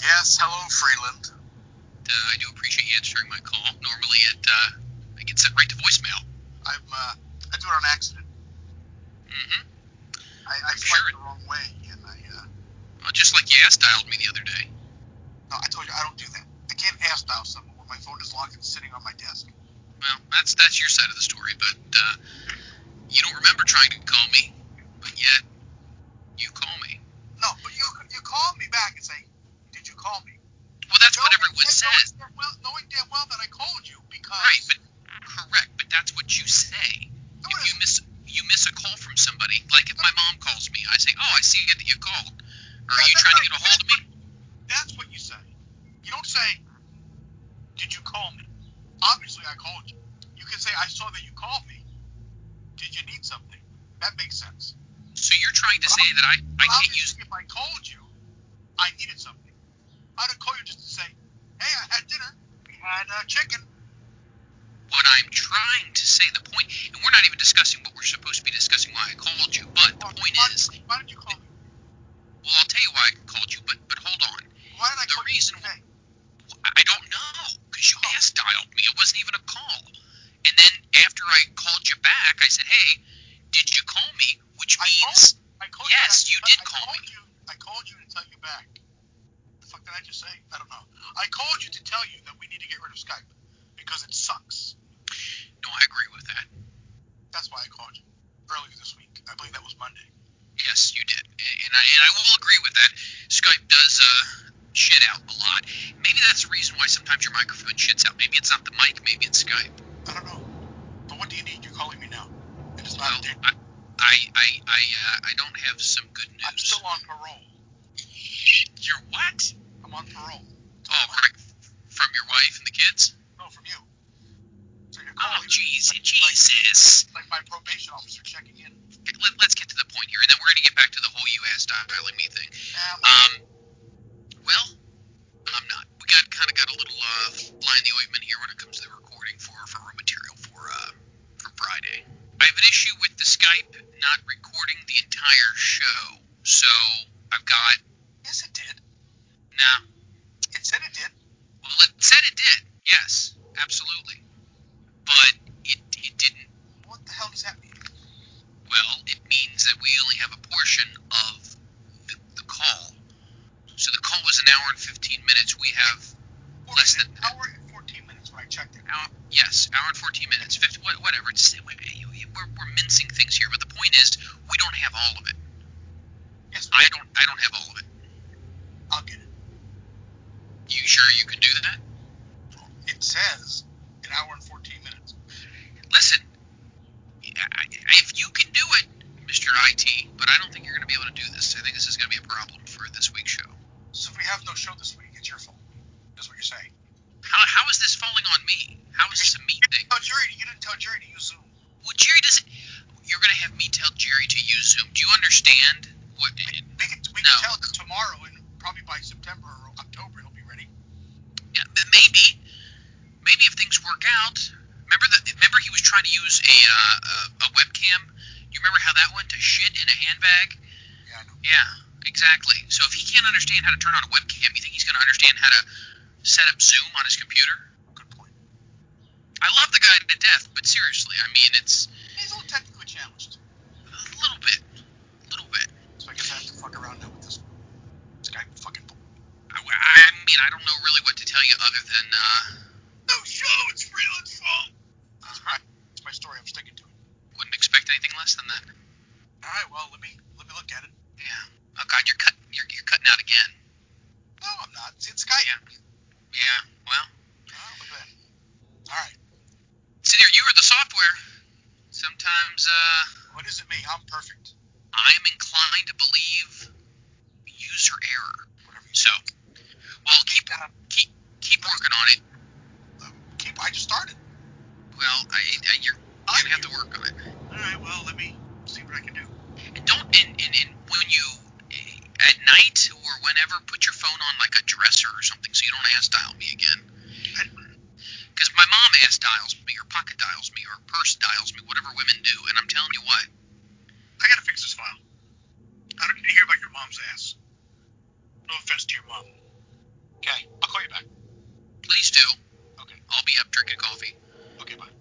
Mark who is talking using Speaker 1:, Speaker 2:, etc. Speaker 1: Tom Freeland.
Speaker 2: Uh, I do appreciate you answering my call. Normally, it uh, I get sent right to voicemail.
Speaker 1: I'm uh, I do it on accident.
Speaker 2: Mm-hmm.
Speaker 1: I, I
Speaker 2: I'm
Speaker 1: fight
Speaker 2: sure
Speaker 1: the wrong way, and I uh,
Speaker 2: Well, just like you ass dialed me the other day.
Speaker 1: no, I told you I don't do that. I can't ask dial someone when my phone is locked and sitting on my desk.
Speaker 2: Well, that's that's your side of the story, but uh, you don't remember trying to call me, but yet you call me.
Speaker 1: No, but you you call me back and say, did you call me?
Speaker 2: Well, that's what
Speaker 1: Knowing-
Speaker 2: everyone says.
Speaker 1: Knowing, damn well, knowing damn well that I called you because
Speaker 2: Right, but correct, but that's what you say.
Speaker 1: No, it
Speaker 2: If you
Speaker 1: isn't.
Speaker 2: miss you miss a call from somebody, like if my mom calls me, I say, "Oh, I see that you called."
Speaker 1: Yeah,
Speaker 2: Are
Speaker 1: that's
Speaker 2: you trying to
Speaker 1: right.
Speaker 2: get a hold of me?
Speaker 1: That's what you say. You don't say, Did you call me? Obviously, I called you. You can say, I saw that you called me. Did you need something? That makes sense.
Speaker 2: So you're trying to say that I I
Speaker 1: But
Speaker 2: can't use
Speaker 1: obviously, if I called you, I needed something. I'd have called you just to say, Hey, I had dinner. We had uh, chicken.
Speaker 2: what I'm trying to say. The point, and we're not even discussing what we're supposed to be discussing. Why I called you, but the point
Speaker 1: why,
Speaker 2: is,
Speaker 1: why did you call me?
Speaker 2: well, I'll tell you why I called you, but but hold on.
Speaker 1: Why did I
Speaker 2: The
Speaker 1: call
Speaker 2: reason-
Speaker 1: you today?
Speaker 2: I don't know because
Speaker 1: Oh.
Speaker 2: you ass dialed me. It wasn't even a call. And then after I called you back, I said, "Hey, did you call me?" Which
Speaker 1: I
Speaker 2: means
Speaker 1: I called
Speaker 2: Yes,
Speaker 1: you,
Speaker 2: you
Speaker 1: back.
Speaker 2: did
Speaker 1: I
Speaker 2: call
Speaker 1: called you. I called you to tell you back. The fuck did I just say? I don't know. I called you to tell you that we need to get rid of Skype because it sucks.
Speaker 2: no, I agree with that.
Speaker 1: That's why I called you earlier this week. I believe that was Monday.
Speaker 2: Yes, you did, and, and I and I will agree with that. Skype does uh, shit out a lot. Maybe that's the reason why sometimes your microphone shits out. Maybe it's not the mic. Maybe it's Skype.
Speaker 1: I don't know. But what do you need? You're calling me now. It is
Speaker 2: Well,
Speaker 1: not a date.
Speaker 2: I I I I, uh, I don't have some good news.
Speaker 1: I'm still on parole.
Speaker 2: You're what?
Speaker 1: I'm on parole.
Speaker 2: Oh, right. From your wife and the kids?
Speaker 1: No, from you. So you're
Speaker 2: Oh,
Speaker 1: calling me.
Speaker 2: jeez,
Speaker 1: Like-
Speaker 2: Jesus.
Speaker 1: Like my probation officer checking in.
Speaker 2: let, let's get to the point here, and then we're going to get back to the whole you ass dialing me thing.
Speaker 1: Um,
Speaker 2: Um, well, I'm not. We got kind of got a little uh, fly in the ointment here when it comes to the recording for for our material for uh, for Friday. I have an issue with the Skype not recording the entire show, so I've got
Speaker 1: yes, it did.
Speaker 2: nah.
Speaker 1: It said it did.
Speaker 2: Well, it said it did. Yes, absolutely, but it it didn't.
Speaker 1: What the hell does that mean?
Speaker 2: Well, it means that we only have a portion of the, the call. So the call was an hour and 15 minutes. We have Less than-
Speaker 1: an hour and 14 minutes when I checked it.
Speaker 2: hour, yes, hour and 14 minutes, 50, wha- whatever. It's, we're, we're mincing things here, but the point is, we don't have all of it.
Speaker 1: Yes,
Speaker 2: I don't. I don't have all of it.
Speaker 1: I'll get it.
Speaker 2: You sure you can do that?
Speaker 1: It says an hour and 14 minutes.
Speaker 2: Listen, I- I- if you can do it, Mr. IT, but I don't think you're going to be able to do this. I think this is going to be a problem for this week's show.
Speaker 1: So if we have no show this week, it's your fault. Is what you're saying.
Speaker 2: How, how is this falling on me? How is this a me thing?
Speaker 1: Oh, Jerry, you didn't tell Jerry to use Zoom.
Speaker 2: Well, Jerry doesn't. You're gonna have me tell Jerry to use Zoom. Do you understand what?
Speaker 1: We can, we
Speaker 2: No.
Speaker 1: can tell him tomorrow, and probably by September or October, he'll be ready.
Speaker 2: Yeah, but maybe, maybe if things work out. Remember that? Remember he was trying to use a, uh, a a webcam. You remember how that went to shit in a handbag?
Speaker 1: Yeah, I know.
Speaker 2: Yeah, exactly. So if he can't understand how to turn on a webcam, you think he's gonna understand how to set up Zoom on his computer?
Speaker 1: Good point.
Speaker 2: I love the guy to death, but seriously, I mean it's
Speaker 1: He's a little technically challenged,
Speaker 2: a little bit, a little bit.
Speaker 1: so I guess I have to fuck around now with this Skype fucking.
Speaker 2: I, I mean I don't know really what to tell you other than. Uh,
Speaker 1: No show. It's Freeland's fault. That's my, that's my story. I'm sticking to it.
Speaker 2: Wouldn't expect anything less than that.
Speaker 1: All right. Well, let me let me look at it.
Speaker 2: Yeah. Oh God, you're cut. You're, you're cutting out again.
Speaker 1: No, I'm not. See, it's Skype.
Speaker 2: Yeah. Yeah. Well,
Speaker 1: Oh, look at that. All right.
Speaker 2: see there. You are the software. Sometimes uh,
Speaker 1: What is it? Me? I'm perfect.
Speaker 2: I'm inclined to believe user error.
Speaker 1: Whatever you say.
Speaker 2: So, well, keep uh, keep keep working on it.
Speaker 1: Keep. I just started.
Speaker 2: Well, I, I you're, you're gonna have to work on it.
Speaker 1: All right. Well, let me see what I can do.
Speaker 2: And don't and, and, and when you eh, at night or whenever, put your phone on like a dresser or something so you don't ass dial me again. Because my mom ass dials me or pocket dials me or purse dials me, whatever women do. And I'm telling you what,
Speaker 1: I gotta fix this file. I don't need to hear about your mom's ass. No offense to your mom. Okay.
Speaker 3: drinking coffee.
Speaker 2: Okay, bye.